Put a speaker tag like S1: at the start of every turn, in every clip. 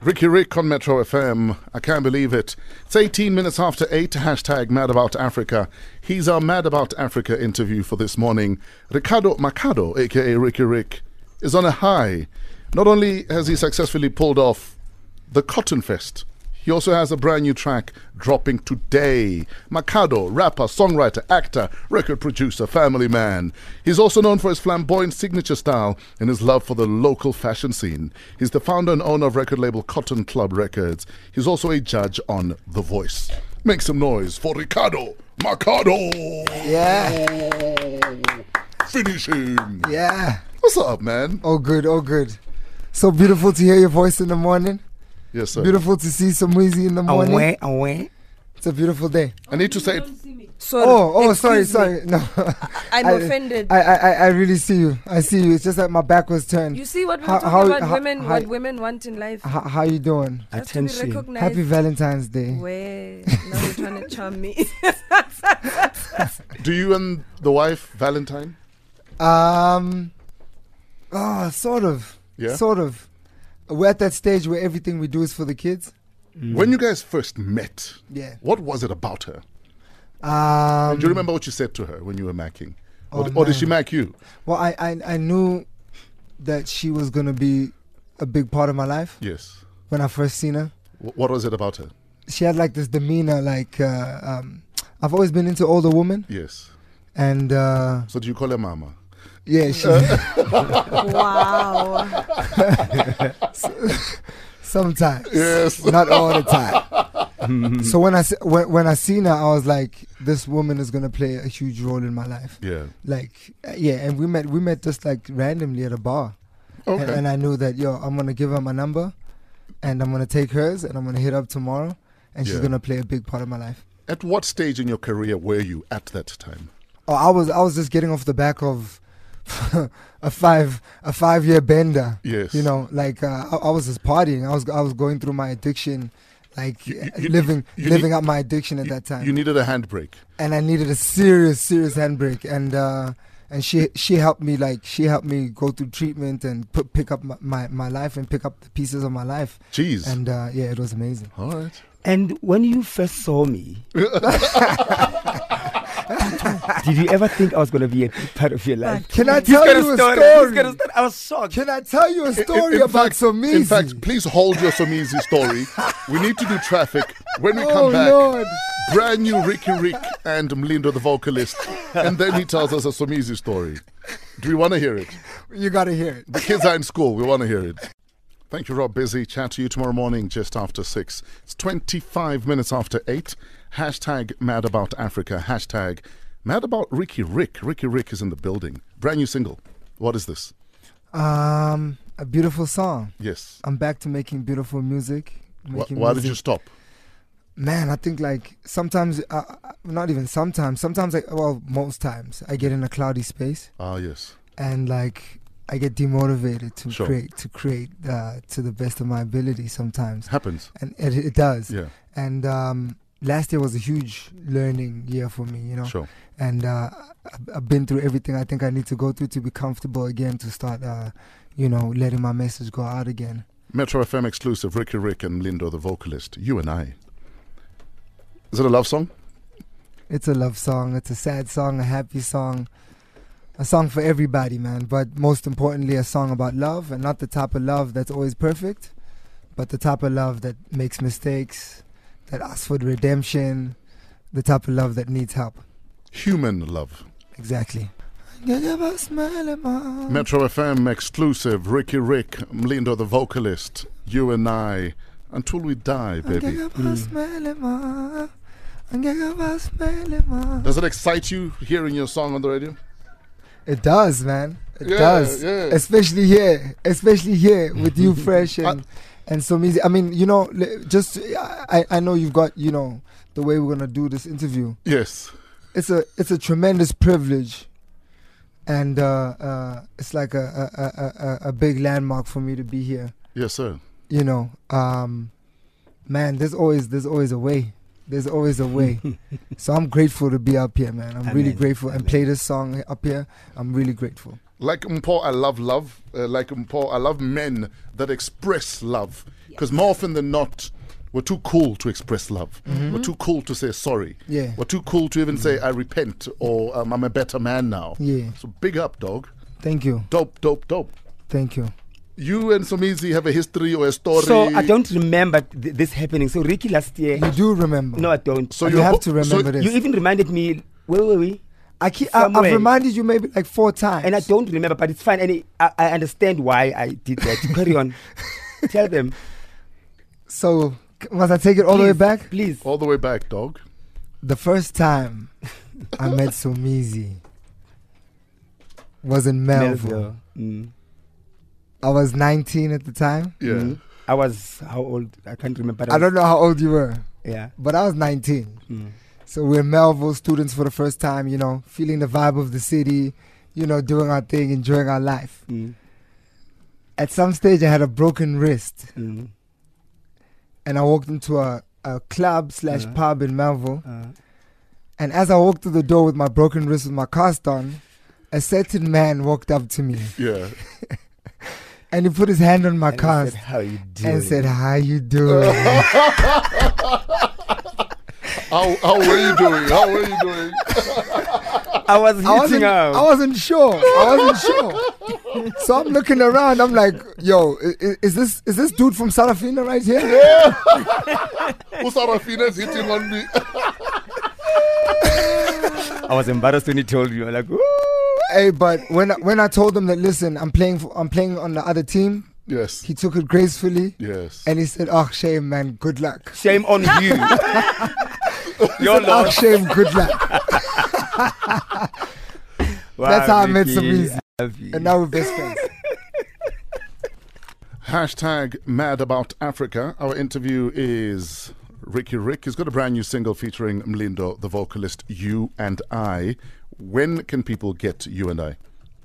S1: Ricky Rick on Metro FM. I can't believe it. It's 18 minutes after 8. Hashtag mad about Africa. He's our Mad About Africa interview for this morning. Ricardo Macado, aka Ricky Rick, is on a high. Not only has he successfully pulled off the Cotton Fest, he also has a brand new track dropping today. Macado, rapper, songwriter, actor, record producer, family man. He's also known for his flamboyant signature style and his love for the local fashion scene. He's the founder and owner of record label Cotton Club Records. He's also a judge on The Voice. Make some noise for Ricardo Macado.
S2: Yeah.
S1: Finish him.
S2: Yeah.
S1: What's up, man?
S2: Oh, good. Oh, good. So beautiful to hear your voice in the morning.
S1: Yes, sir.
S2: Beautiful to see some Weezy in the morning.
S3: Away, away.
S2: It's a beautiful day.
S1: I need to say,
S4: Sorry.
S2: Oh, oh, sorry,
S4: excuse me.
S2: sorry. No,
S4: I'm
S2: I-
S4: offended.
S2: I, I, I- I really see you. I see you. It's just that my back was turned.
S4: you see what we're
S2: How-
S4: talking
S2: how-
S4: about
S2: how-
S4: women,
S2: how-
S4: what women want in life.
S2: H- how you doing?
S4: Has to be
S3: Attention.
S4: recognized.
S2: Happy Valentine's Day.
S4: Where? Now you're trying to charm me.
S1: do you and the wife Valentine?
S2: Um, oh, sort of.
S1: Yeah?
S2: Sort of. We're at that stage where everything we do is for the kids.
S1: When you guys first met,
S2: Mm. Yeah.
S1: what was it about her?
S2: Um,
S1: Do you remember what you said to her when you were macking? Or,
S2: Oh,
S1: or did
S2: no.
S1: she mack you?
S2: Well, I, I, I knew that she was going to be a big part of my life
S1: Yes.
S2: when I first seen her.
S1: Wh- What was it about her?
S2: She had like this demeanor, like, uh, um, I've always been into older women.
S1: Yes.
S2: And uh,
S1: So do you call her mama?
S2: yeah, she,
S4: wow.
S2: sometimes.
S1: Yes.
S2: Not all the time. so when I, se- when, when I seen her, I was like, this woman is going to play a huge role in my life.
S1: Yeah.
S2: Like, uh, yeah, and we met, we met just like randomly at a bar.
S1: Okay.
S2: And, and I knew that, yo, I'm going to give her my number and I'm going to take hers and I'm going to hit up tomorrow and she's
S1: Yeah.
S2: going to play a big part of my life.
S1: At what stage in your career were you at that time?
S2: Oh, I was I was just getting off the back of a five a five year bender.
S1: Yes.
S2: You know, like uh, I, I was just partying. I was I was going through my addiction, like
S1: You- you-
S2: uh,
S1: you-
S2: living
S1: you
S2: living
S1: need-
S2: up my addiction at
S1: You-
S2: that time.
S1: You needed a handbrake.
S2: and I needed a serious serious handbrake. And uh, and she she helped me like she helped me go through treatment and put, pick up my, my my life and pick up the pieces of my life.
S1: Jeez.
S2: And uh, yeah, it was amazing.
S1: All right.
S3: And when you first saw me, did you ever think I was going to be a big part of your life?
S2: Can I
S3: He's
S2: tell
S3: got a
S2: you a
S3: story,
S2: story?
S3: he's got a story. I was shocked.
S2: Can I tell you a
S1: In-
S2: story
S1: in
S2: about
S1: fact-
S2: some
S1: In fact, please hold your Somizi story. we need to do traffic. When we
S2: Oh
S1: come back,
S2: Lord.
S1: brand new Ricky Rick and Mlindo the vocalist. And then he tells us a Somizi story. Do we want to hear it?
S2: You gotta hear it.
S1: The kids are in school. We want to hear it. Thank you, Rob Busy. Chat to you tomorrow morning just after 6. It's 25 minutes after 8. Hashtag mad about Africa. Hashtag mad about Ricky Rick. Ricky Rick is in the building. Brand new single. What is this?
S2: Um, a beautiful song.
S1: Yes.
S2: I'm back to making beautiful music.
S1: Wh-
S2: Making
S1: why did
S2: music.
S1: you stop?
S2: Man, I think like sometimes, uh, uh, not even sometimes. Sometimes, like well, most times, I get in a cloudy space
S1: Ah, yes.
S2: and like I get demotivated to
S1: Sure.
S2: create, to create uh, to the best of my ability sometimes,
S1: Happens.
S2: and it, it does.
S1: Yeah,
S2: And um, last year was a huge learning year for me, you know.
S1: sure.
S2: and uh, I- I've been through everything I think I need to go through to be comfortable again to start, uh, you know, letting my message go out again.
S1: Metro FM exclusive Ricky Rick and Lindo the vocalist. You and I. Is it a love song?
S2: It's a love song. It's a sad song, a happy song, a song for everybody, man. But most importantly, a song about love, and not the type of love that's always perfect, but the type of love that makes mistakes, that asks for redemption, the type of love that needs help.
S1: Human love.
S2: Exactly.
S1: Metro FM exclusive Ricky Rick, Mlindo the vocalist. You and I. Until we die, baby. Mm. Does it excite you hearing your song on the radio?
S2: It does, man. It
S1: Yeah,
S2: does.
S1: yeah.
S2: Especially here, especially here with you fresh and and so easy. I mean, you know, li- just I I know you've got you know the way we're gonna do this interview.
S1: Yes.
S2: It's a it's a tremendous privilege, and uh, uh, it's like a a, a- a a big landmark for me to be here.
S1: Yes, sir.
S2: You know, um, man, there's always there's always a way. There's always a way. so I'm grateful to be up here, man. I'm really
S3: Amen.
S2: grateful and
S3: Amen.
S2: play this song up here. I'm really grateful.
S1: Like Mpo, I love love. Uh, like Mpo, I love men that express love. Because more often than not, we're too cool to express love.
S3: Mm-hmm.
S1: We're too cool to say sorry.
S2: Yeah.
S1: We're too cool to even say I repent or um, I'm a better man now.
S2: Yeah.
S1: So big up, dog.
S2: Thank you.
S1: Dope, dope, dope.
S2: Thank you.
S1: You and Somizi have a history or a story.
S3: So I don't remember th- this happening. So Ricky last year.
S2: You do remember.
S3: No, I don't.
S1: So
S2: you
S1: you're
S2: have
S1: bo-
S2: to remember
S1: so
S2: this.
S3: you even reminded me. Where were we?
S2: I keep, I, I've
S3: somewhere.
S2: reminded you maybe like four times.
S3: And I don't remember, but it's fine. And it, I, I understand why I did that. Carry on. Tell them.
S2: So c- must I take it all the way
S3: Please,
S2: back?
S3: Please.
S1: All the way back, dog.
S2: The first time I met Sumizi was in Melville.
S3: Melville. Mm.
S2: I was 19 at the time.
S1: Yeah.
S3: Mm. I was how old? I can't remember.
S2: I don't know how old you were,
S3: Yeah.
S2: but I was 19.
S3: Mm.
S2: So we're in Melville students for the first time, you know, feeling the vibe of the city, you know, doing our thing, enjoying our life.
S3: Mm.
S2: At some stage, I had a broken wrist.
S3: Mm.
S2: and I walked into a, a club slash
S3: Uh-huh.
S2: pub in Melville.
S3: Uh,
S2: And as I walked through the door with my broken wrist with my cast on, a certain man walked up to me
S1: Yeah.
S2: and he put his hand on my
S3: and I
S2: cast
S3: said, How you doing?
S2: and said, "How you doing?"
S1: How, how were you doing? How were you doing?
S3: I was
S2: I wasn't,
S3: hitting out.
S2: I wasn't sure. I wasn't sure. So I'm looking around. I'm like, "Yo, i- i- is this is this dude from Sarafina right here?"
S1: Usarafina's hitting on me.
S3: I was embarrassed when he told you. I'm like, "Ooh."
S2: hey, but when I, when I told him that, listen, I'm playing for, I'm playing on the other team.
S1: Yes.
S2: He took it gracefully
S1: Yes.
S2: and he said, "Oh, shame, man. Good luck."
S3: shame on you. Your
S2: Oh,
S3: loss.
S2: shame. Good luck. That's how I met Samizi. And now we're best friends.
S1: Hashtag mad about Africa. Our interview is Ricky Rick. He's got a brand new single featuring Mlindo, the vocalist, You and I. When can people get You and I?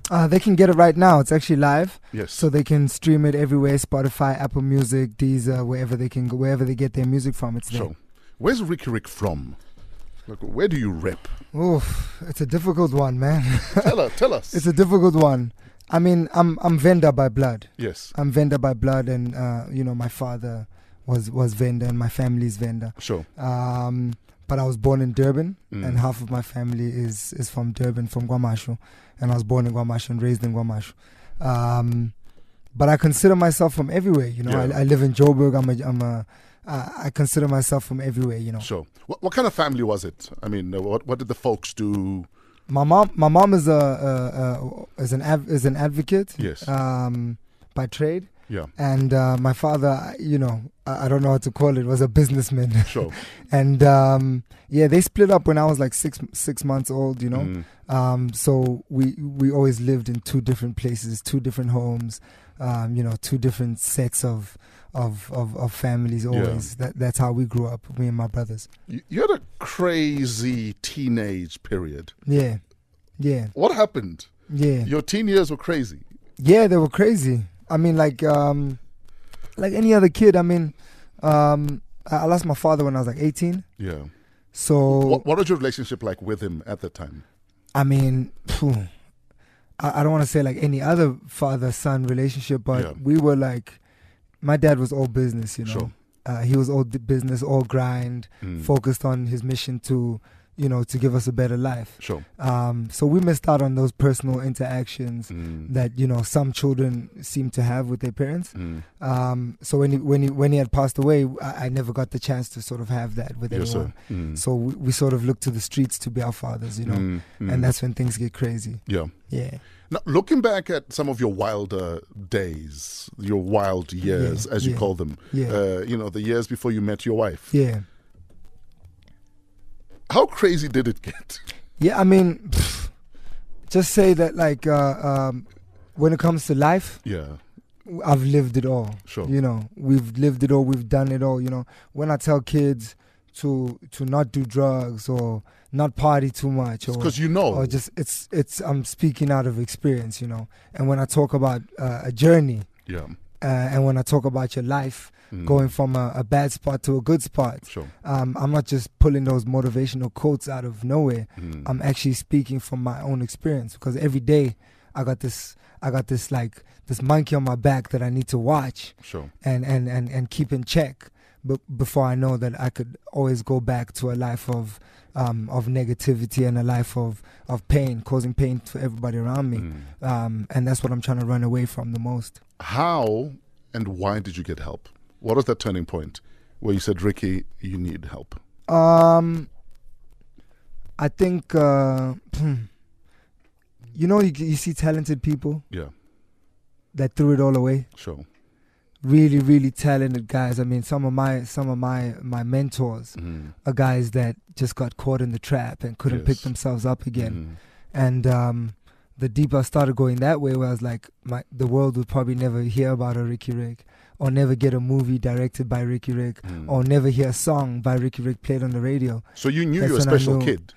S2: Uh, they can get it right now. It's actually live,
S1: Yes.
S2: so they can stream it everywhere: Spotify, Apple Music, Deezer, wherever they can, wherever they get their music from. It's there.
S1: So, where's Ricky Rick from? Like, where do you rep?
S2: Oof, it's a difficult one, man.
S1: tell us. Tell us.
S2: It's a difficult one. I mean, I'm I'm Venda by blood.
S1: yes.
S2: I'm Venda by blood, and uh, you know, my father was was Venda, and my family's Venda.
S1: Sure.
S2: Um, but I was born in Durban,
S1: Mm.
S2: and half of my family is is from Durban, from Guamashu, and I was born in Guamashu and raised in Guamashu. Um, but I consider myself from everywhere. You know,
S1: Yeah.
S2: I, I live in Joburg. I'm a, I'm a I, I consider myself from everywhere. You know,
S1: Sure. What, what kind of family was it? I mean, uh, what what did the folks do?
S2: my mom my mom is a, a, a is an ad, is an advocate.
S1: Yes.
S2: Um, by trade.
S1: Yeah.
S2: And uh, my father, I- you know, I, I don't know how to call it, was a businessman.
S1: Sure.
S2: and um, yeah, they split up when I was like six six months old. You know,
S1: Mm.
S2: Um, so we we always lived in two different places, two different homes, um, you know, two different sets of of of, of families.
S1: Yeah.
S2: Always that that's how we grew up, me and my brothers.
S1: You, you had a crazy teenage period.
S2: Yeah, yeah,
S1: What happened?
S2: yeah,
S1: Your teen years were crazy.
S2: yeah. They were crazy. I mean, like um, like any other kid. I mean, um, I, I lost my father when I was like eighteen.
S1: Yeah.
S2: So
S1: What, what was your relationship like with him at the time?
S2: I mean, phew, I, I don't want to say like any other father son relationship, but
S1: Yeah.
S2: we were like, my dad was all business, you know.
S1: Sure.
S2: Uh, he was all d- business, all grind,
S1: Mm.
S2: focused on his mission to, you know, to give us a better life.
S1: Sure.
S2: Um, so we missed out on those personal interactions
S1: Mm.
S2: that you know some children seem to have with their parents.
S1: Mm.
S2: Um, so when he, when he, when he had passed away, I, I never got the chance to sort of have that with
S1: Yes,
S2: anyone.
S1: sir. Mm.
S2: So we, we sort of looked to the streets to be our fathers, you know
S1: Mm, mm.
S2: and that's when things get crazy.
S1: yeah.
S2: Yeah,
S1: Now, looking back at some of your wilder days, your wild years,
S2: Yeah,
S1: as you
S2: yeah.
S1: call them,
S2: yeah,
S1: uh, you know, the years before you met your wife,
S2: yeah,
S1: how crazy did it get?
S2: yeah. I mean, pff, just say that like uh, um, when it comes to life,
S1: yeah.
S2: I've lived it all.
S1: Sure.
S2: You know, we've lived it all. We've done it all. You know, when I tell kids to to not do drugs or not party too much or
S1: Because you know.
S2: or just it's it's I'm speaking out of experience. You know, and when I talk about uh, a journey.
S1: yeah.
S2: Uh, and when I talk about your life,
S1: Mm.
S2: going from a, a bad spot to a good spot,
S1: Sure.
S2: um, I'm not just pulling those motivational quotes out of nowhere.
S1: Mm.
S2: I'm actually speaking from my own experience because every day I got this, I got this like this monkey on my back that I need to watch
S1: Sure.
S2: and and and, and keep in check. But before I know that I could always go back to a life of um, of negativity and a life of of pain, causing pain to everybody around me.
S1: Mm.
S2: Um, and that's what I'm trying to run away from the most.
S1: How and why did you get help? What was that turning point where you said, Ricky, you need help?
S2: Um, I think uh, you know you, you see talented people
S1: Yeah,
S2: that threw it all away.
S1: sure.
S2: Really, really talented guys. I mean, some of my some of my my mentors
S1: Mm.
S2: are guys that just got caught in the trap and couldn't pick
S1: Yes.
S2: themselves up again.
S1: Mm.
S2: and um, the deeper I started going that way, where I was like, my, the world would probably never hear about a Ricky Rick, or never get a movie directed by Ricky Rick,
S1: Mm.
S2: or never hear a song by Ricky Rick played on the radio.
S1: So you knew you were a
S2: That's when I
S1: special
S2: knew.
S1: kid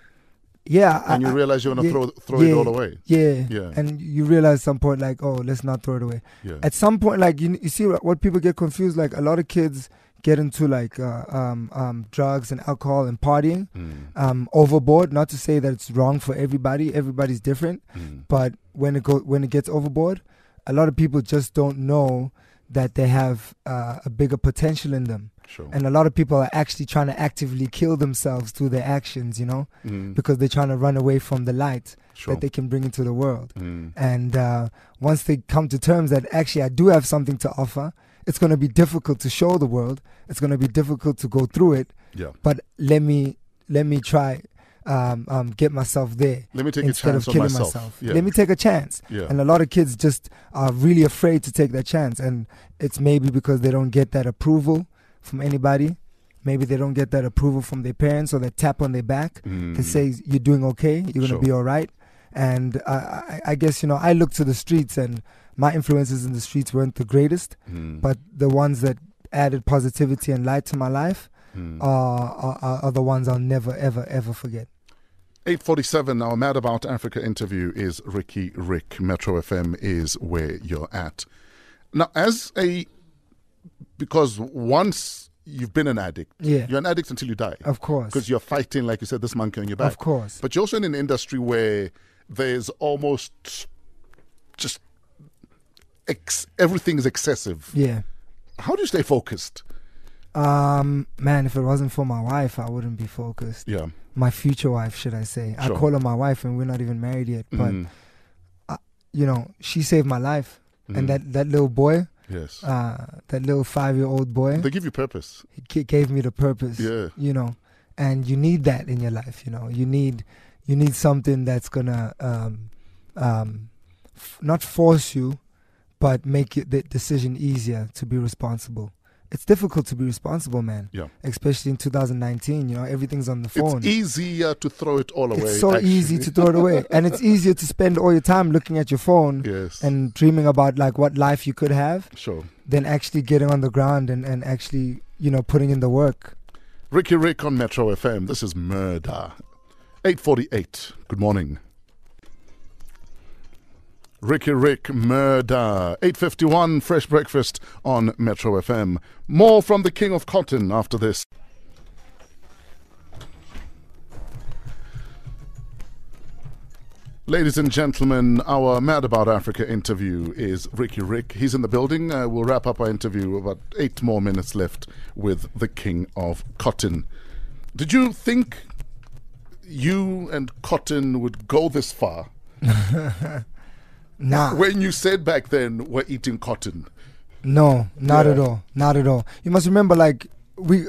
S2: Yeah, I-
S1: and you
S2: I-
S1: realized you want to
S2: yeah,
S1: throw, throw it
S2: yeah.
S1: all away.
S2: yeah.
S1: Yeah.
S2: And you realize some point like, oh, let's not throw it away.
S1: yeah.
S2: At some point, like you, you see what, what people get confused. Like a lot of kids get into like uh, um, um, drugs and alcohol and partying
S1: Mm.
S2: um, overboard. Not to say that it's wrong for everybody. Everybody's different.
S1: Mm.
S2: but when it go when it gets overboard, a lot of people just don't know that they have uh, a bigger potential in them,
S1: Sure.
S2: and a lot of people are actually trying to actively kill themselves through their actions, you know,
S1: Mm.
S2: because they're trying to run away from the light
S1: Sure.
S2: that they can bring into the world.
S1: Mm.
S2: And uh, once they come to terms that actually I do have something to offer, it's going to be difficult to show the world. It's going to be difficult to go through it,
S1: Yeah.
S2: but let me let me try um, um, get myself there
S1: Let me take a
S2: instead of
S1: chance on
S2: killing
S1: myself.
S2: myself.
S1: Yeah.
S2: Let me take a chance.
S1: yeah.
S2: And a lot of kids just are really afraid to take that chance. And it's maybe because they don't get that approval from anybody. Maybe they don't get that approval from their parents or they tap on their back
S1: Mm.
S2: to say, You're doing okay, you're going to
S1: Sure.
S2: be all right. And I, I, I guess, you know, I look to the streets and my influences in the streets weren't the greatest,
S1: Mm.
S2: but the ones that added positivity and light to my life
S1: Mm.
S2: are, are, are- are the ones I'll never, ever, ever forget.
S1: 847, our Mad About Africa interview is Ricky Rick. Metro FM is where you're at. Now, as a. Because once you've been an addict,
S2: Yeah,
S1: you're an addict until you die.
S2: of course.
S1: Because you're fighting, like you said, this monkey on your back.
S2: Of course.
S1: But you're also in an industry where there's almost just. Ex- everything is excessive.
S2: yeah.
S1: How do you stay focused?
S2: Um, man, if it wasn't for my wife, I wouldn't be focused.
S1: Yeah.
S2: My future wife, should I say?
S1: Sure.
S2: I call her my wife, and we're not even married yet. But
S1: Mm. Mm-hmm.
S2: you know, she saved my life,
S1: Mm.
S2: and that that little boy,
S1: Yes.
S2: uh, that little five-year-old boy,
S1: they give you purpose.
S2: he g- gave me the purpose.
S1: Yeah.
S2: You know, and you need that in your life. You know, you need you need something that's gonna um, um, f- not force you, but make it, the decision easier to be responsible. It's difficult to be responsible, man.
S1: Yeah.
S2: Especially in 2019, you know, everything's on the phone.
S1: It's easier to throw it all away.
S2: It's so
S1: actually.
S2: easy to throw it away, and it's easier to spend all your time looking at your phone
S1: Yes.
S2: and dreaming about like what life you could have
S1: sure.
S2: than actually getting on the ground and, and actually you know putting in the work.
S1: Ricky Rick on Metro FM. This is Murder. 848. Good morning. Ricky Rick Murder. 851 Fresh Breakfast on Metro FM. More from the King of Cotton after this. Ladies and gentlemen, our Mad About Africa interview is Ricky Rick. He's in the building. Uh, we'll wrap up our interview about eight more minutes left with the King of Cotton. Did you think you and Cotton would go this far?
S2: Nah,
S1: When you said back then we're eating cotton,
S2: no, not
S1: Yeah.
S2: at all, not at all. You must remember, like we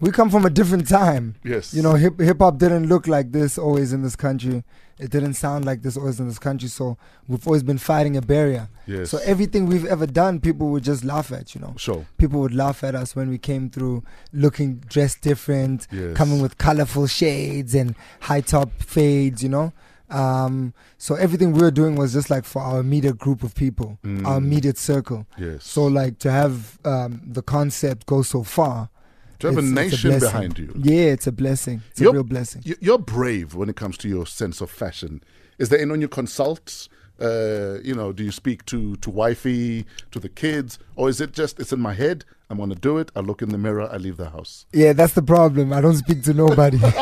S2: we come from a different time.
S1: yes,
S2: You know, hip hip hop didn't look like this always in this country. It didn't sound like this always in this country. So we've always been fighting a barrier.
S1: yes,
S2: So everything we've ever done, people would just laugh at. You know.
S1: sure,
S2: people would laugh at us when we came through looking dressed different,
S1: yes,
S2: coming with colorful shades and high top fades, you know. Um, so everything we were doing was just like for our immediate group of people,
S1: Mm.
S2: our immediate circle.
S1: yes.
S2: So like to have um, the concept go so far,
S1: to have a
S2: it's- it's a
S1: nation
S2: blessing.
S1: behind you.
S2: yeah, it's a blessing. It's
S1: Yup.
S2: a real blessing.
S1: You- You're brave when it comes to your sense of fashion. Is there anyone you consult? Uh, you know, do you speak to to wifey, to the kids, or is it just it's in my head? I'm gonna do it. I look in the mirror. I leave the house.
S2: Yeah, that's the problem. I don't speak to nobody.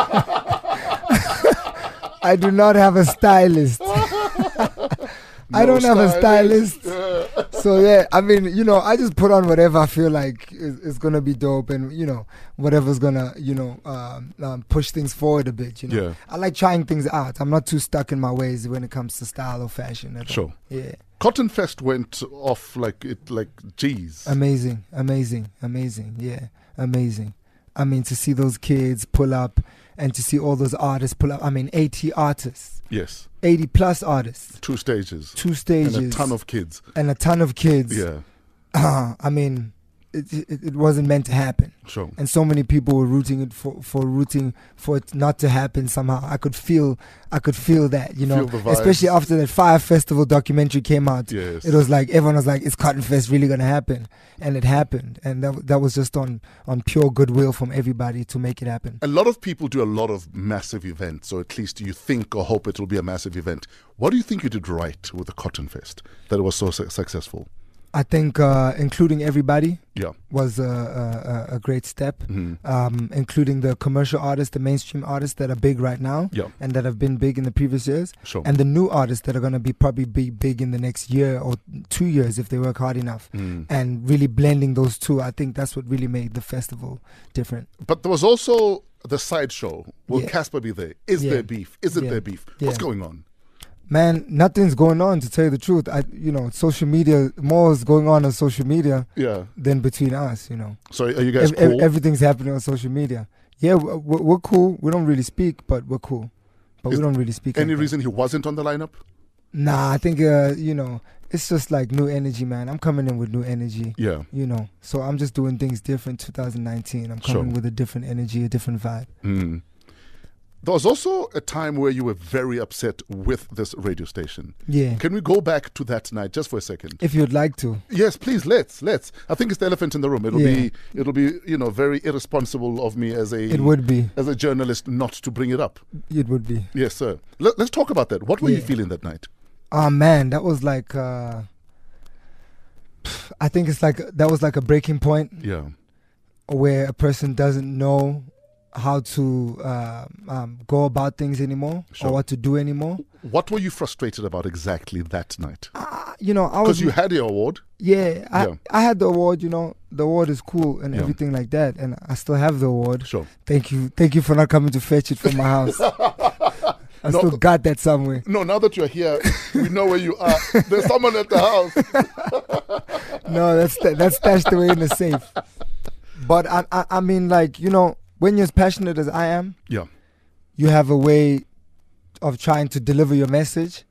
S2: I do not have a stylist. I don't have a stylist.
S1: Yeah.
S2: so yeah, I mean, you know, I just put on whatever I feel like is, is gonna be dope, and you know, whatever's gonna, you know, um, um, push things forward a bit. You know,
S1: Yeah.
S2: I like trying things out. I'm not too stuck in my ways when it comes to style or fashion. At all.
S1: Sure.
S2: Yeah.
S1: Cotton Fest went off like it like geez.
S2: Amazing, amazing, amazing. Yeah, amazing. I mean, to see those kids pull up and to see all those artists pull up. I mean, 80 artists,
S1: yes,
S2: 80 plus artists,
S1: two stages,
S2: two stages,
S1: and a ton of kids.
S2: and a ton of kids.
S1: Yeah,
S2: I mean, it, it, it wasn't meant to happen.
S1: sure.
S2: And so many people were rooting it for, for rooting for it not to happen somehow. I could feel, I could feel that, you know,
S1: Feel the vibes.
S2: especially after that Fire Festival documentary came out.
S1: Yes,
S2: It was like everyone was like, "Is Cotton Fest really gonna happen?" And it happened, and that that was just on on pure goodwill from everybody to make it happen.
S1: a lot of people do a lot of massive events, or at least you think or hope it will be a massive event. What do you think you did right with the Cotton Fest that it was so su- successful?
S2: I think uh, including everybody
S1: Yeah,
S2: was a, a, a- a great step,
S1: Mhm.
S2: um, including the commercial artists, the mainstream artists that are big right now,
S1: Yeah.
S2: and that have been big in the previous years,
S1: sure.
S2: and the new artists that are gonna be probably be big in the next year or two years if they work hard enough.
S1: Mm.
S2: And really blending those two, I think that's what really made the festival different.
S1: But there was also the sideshow. Will
S2: Yeah.
S1: Casper be there? Is
S2: Yeah.
S1: there beef? Isn't
S2: Yeah.
S1: there beef?
S2: Yeah.
S1: What's going on?
S2: Man, nothing's going on to tell you the truth. I, you know, social media more is going on on social media
S1: Yeah.
S2: than between us. You know,
S1: So are you guys
S2: Ev- ev-
S1: cool?
S2: everything's happening on social media. Yeah, we're, we're cool. We don't really speak, but we're cool. But
S1: Is
S2: we don't really speak.
S1: Any
S2: like that.
S1: reason he wasn't on the lineup?
S2: Nah, I think uh, you know, it's just like new energy, man. I'm coming in with new energy.
S1: Yeah.
S2: You know, so I'm just doing things different. 2019, I'm coming
S1: Sure.
S2: with a different energy, a different vibe.
S1: Mm. There was also a time where you were very upset with this radio station.
S2: Yeah,
S1: Can we go back to that night just for a second?
S2: if you'd like to.
S1: Yes, please. Let's let's. I think it's the elephant in the room. It'll
S2: Yeah.
S1: be it'll be you know very irresponsible of me as a
S2: It would be.
S1: as a journalist not to bring it up.
S2: It would be.
S1: Yes, sir. Let, let's talk about that. What were you
S2: Yeah.
S1: feeling that night?
S2: Oh man, that was like uh I think it's like that was like a breaking point
S1: Yeah.
S2: where a person doesn't know how to uh, um, go about things anymore
S1: Sure.
S2: or what to do anymore.
S1: What were you frustrated about exactly that night?
S2: Uh, you know, I was
S1: Because you had your award.
S2: yeah, I,
S1: Yeah.
S2: I had the award. You know, the award is cool and
S1: Yeah.
S2: everything like that, and I still have the award.
S1: Sure.
S2: Thank you, thank you for not coming to fetch it from my house. I
S1: No.
S2: still got that somewhere.
S1: No, now that you're here, we know where you are. There's someone at the house.
S2: no, that's sta- that's stashed away in the safe. But I, I, I mean, like you know, when you're as passionate as I am,
S1: Yeah.
S2: you have a way of trying to deliver your message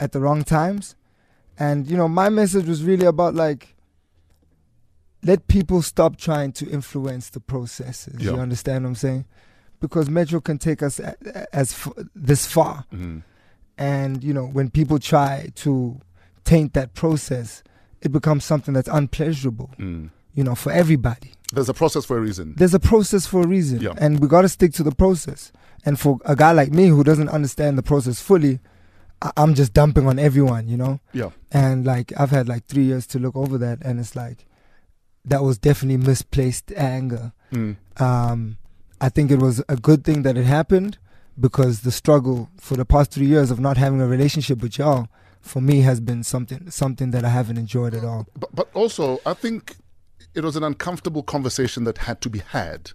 S2: at the wrong times, and you know, my message was really about like let people stop trying to influence the processes.
S1: Yeah.
S2: You understand what I'm saying? Because Metro can take us a- a- as f- this far,
S1: Mm.
S2: and you know, when people try to taint that process, it becomes something that's unpleasurable
S1: Mm.
S2: you know, for everybody.
S1: There's a process for a reason.
S2: There's a process for a reason,
S1: Yeah.
S2: and we got to stick to the process. And for a guy like me who doesn't understand the process fully, I- I'm just dumping on everyone, you know.
S1: Yeah.
S2: And like I've had like three years to look over that, and it's like that was definitely misplaced anger.
S1: Mm.
S2: Um, I think it was a good thing that it happened because the struggle for the past three years of not having a relationship with y'all, for me, has been something something that I haven't enjoyed at all.
S1: But, but also, I think it was an uncomfortable conversation that had to be had.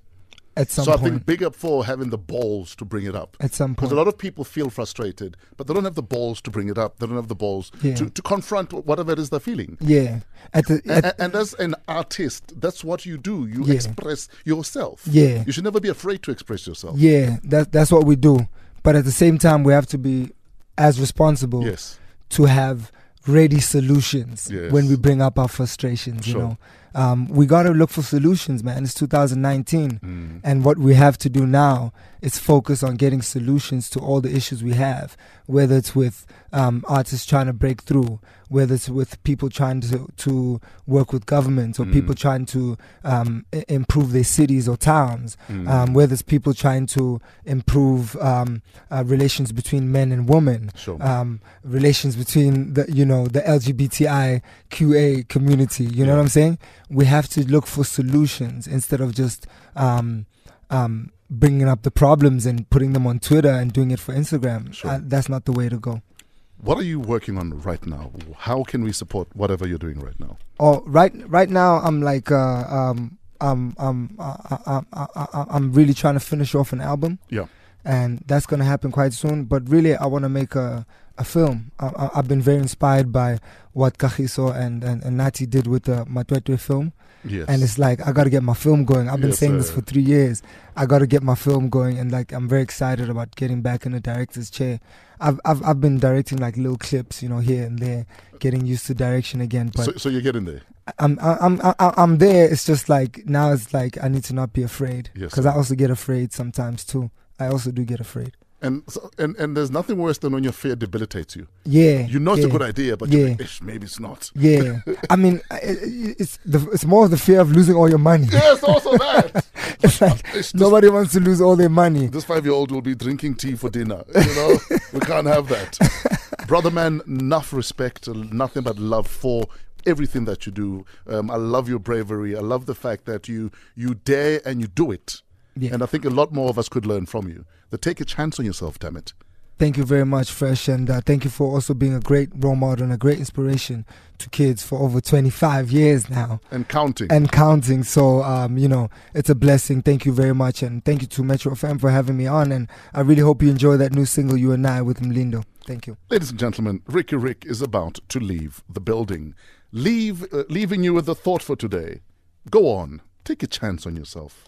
S2: At some
S1: so I
S2: point,
S1: think big up for having the balls to bring it up.
S2: at some
S1: Because
S2: point,
S1: a lot of people feel frustrated, but they don't have the balls to bring it up. They don't have the balls
S2: Yeah.
S1: to, to confront whatever it is they're feeling.
S2: yeah. At the
S1: A-
S2: at,
S1: a- and as an artist, that's what you do. You
S2: Yeah.
S1: express yourself.
S2: Yeah.
S1: You should never be afraid to express yourself.
S2: Yeah, that that's what we do. But at the same time, we have to be as responsible
S1: Yes.
S2: to have ready solutions
S1: Yes.
S2: when we bring up our frustrations. You
S1: Sure.
S2: know, um, we got to look for solutions, man. It's 2019,
S1: Mm.
S2: and what we have to do now is focus on getting solutions to all the issues we have, whether it's with um, artists trying to break through, whether it's with people trying to to work with governments or
S1: Mm.
S2: people trying to um, i- improve their cities or towns
S1: Mm.
S2: um, whether it's people trying to improve um, uh, relations between men and women,
S1: sure.
S2: um, relations between the you know the LGBTIQA community. You know
S1: Yeah.
S2: what I'm saying? We have to look for solutions instead of just um, um, bringing up the problems and putting them on Twitter and doing it for Instagram.
S1: Sure.
S2: Uh, that's not the way to go.
S1: What are you working on right now? How can we support whatever you're doing right now?
S2: Oh, right, right now I'm like, uh, um, uh, I'm, I'm, I, I, I, I, uh, I'm really trying to finish off an album.
S1: Yeah.
S2: And that's gonna happen quite soon. But really, I want to make a a film. I, I, I've been very inspired by what Kahiso and, and, and Nati did with the Matwetwe film.
S1: Yes.
S2: And it's like I gotta get my film going. I've been
S1: Yes,
S2: saying this
S1: sir.
S2: for three years. I gotta get my film going, and like I'm very excited about getting back in the director's chair. I've I've, I've been directing like little clips, you know, here and there, getting used to direction again. But
S1: so, so you're getting there.
S2: I'm I'm I'm I'm- I'm there. It's just like now it's like I need to not be afraid
S1: Yes,
S2: because
S1: sir.
S2: I also get afraid sometimes too. I also do get afraid.
S1: And, so, and and there's nothing worse than when your fear debilitates you.
S2: Yeah,
S1: You know it's
S2: yeah,
S1: a good idea, but you're
S2: Yeah.
S1: like, "Ish, maybe it's not.
S2: Yeah, I mean, I- I- it's the, it's more of the fear of losing all your money.
S1: Yes, also that.
S2: it's like
S1: Ish, this
S2: nobody wants to lose all their money.
S1: this five year old will be drinking tea for dinner. You know, we can't have that. Brother man, enough respect, nothing but love for everything that you do. Um, I love your bravery. I love the fact that you you dare and you do it.
S2: Yeah.
S1: And I think a lot more of us could learn from you. The take a chance on yourself, damn it.
S2: Thank you very much, Fresh, and uh, thank you for also being a great role model and a great inspiration to kids for over 25 years now.
S1: And counting.
S2: and counting. So, um, you know, it's a blessing. Thank you very much, and thank you to Metro FM for having me on. And I really hope you enjoy that new single, "You and I," with Mlindo. Thank you.
S1: Ladies and gentlemen, Ricky Rick is about to leave the building. Leave, uh, leaving you with a thought for today. Go on, take a chance on yourself.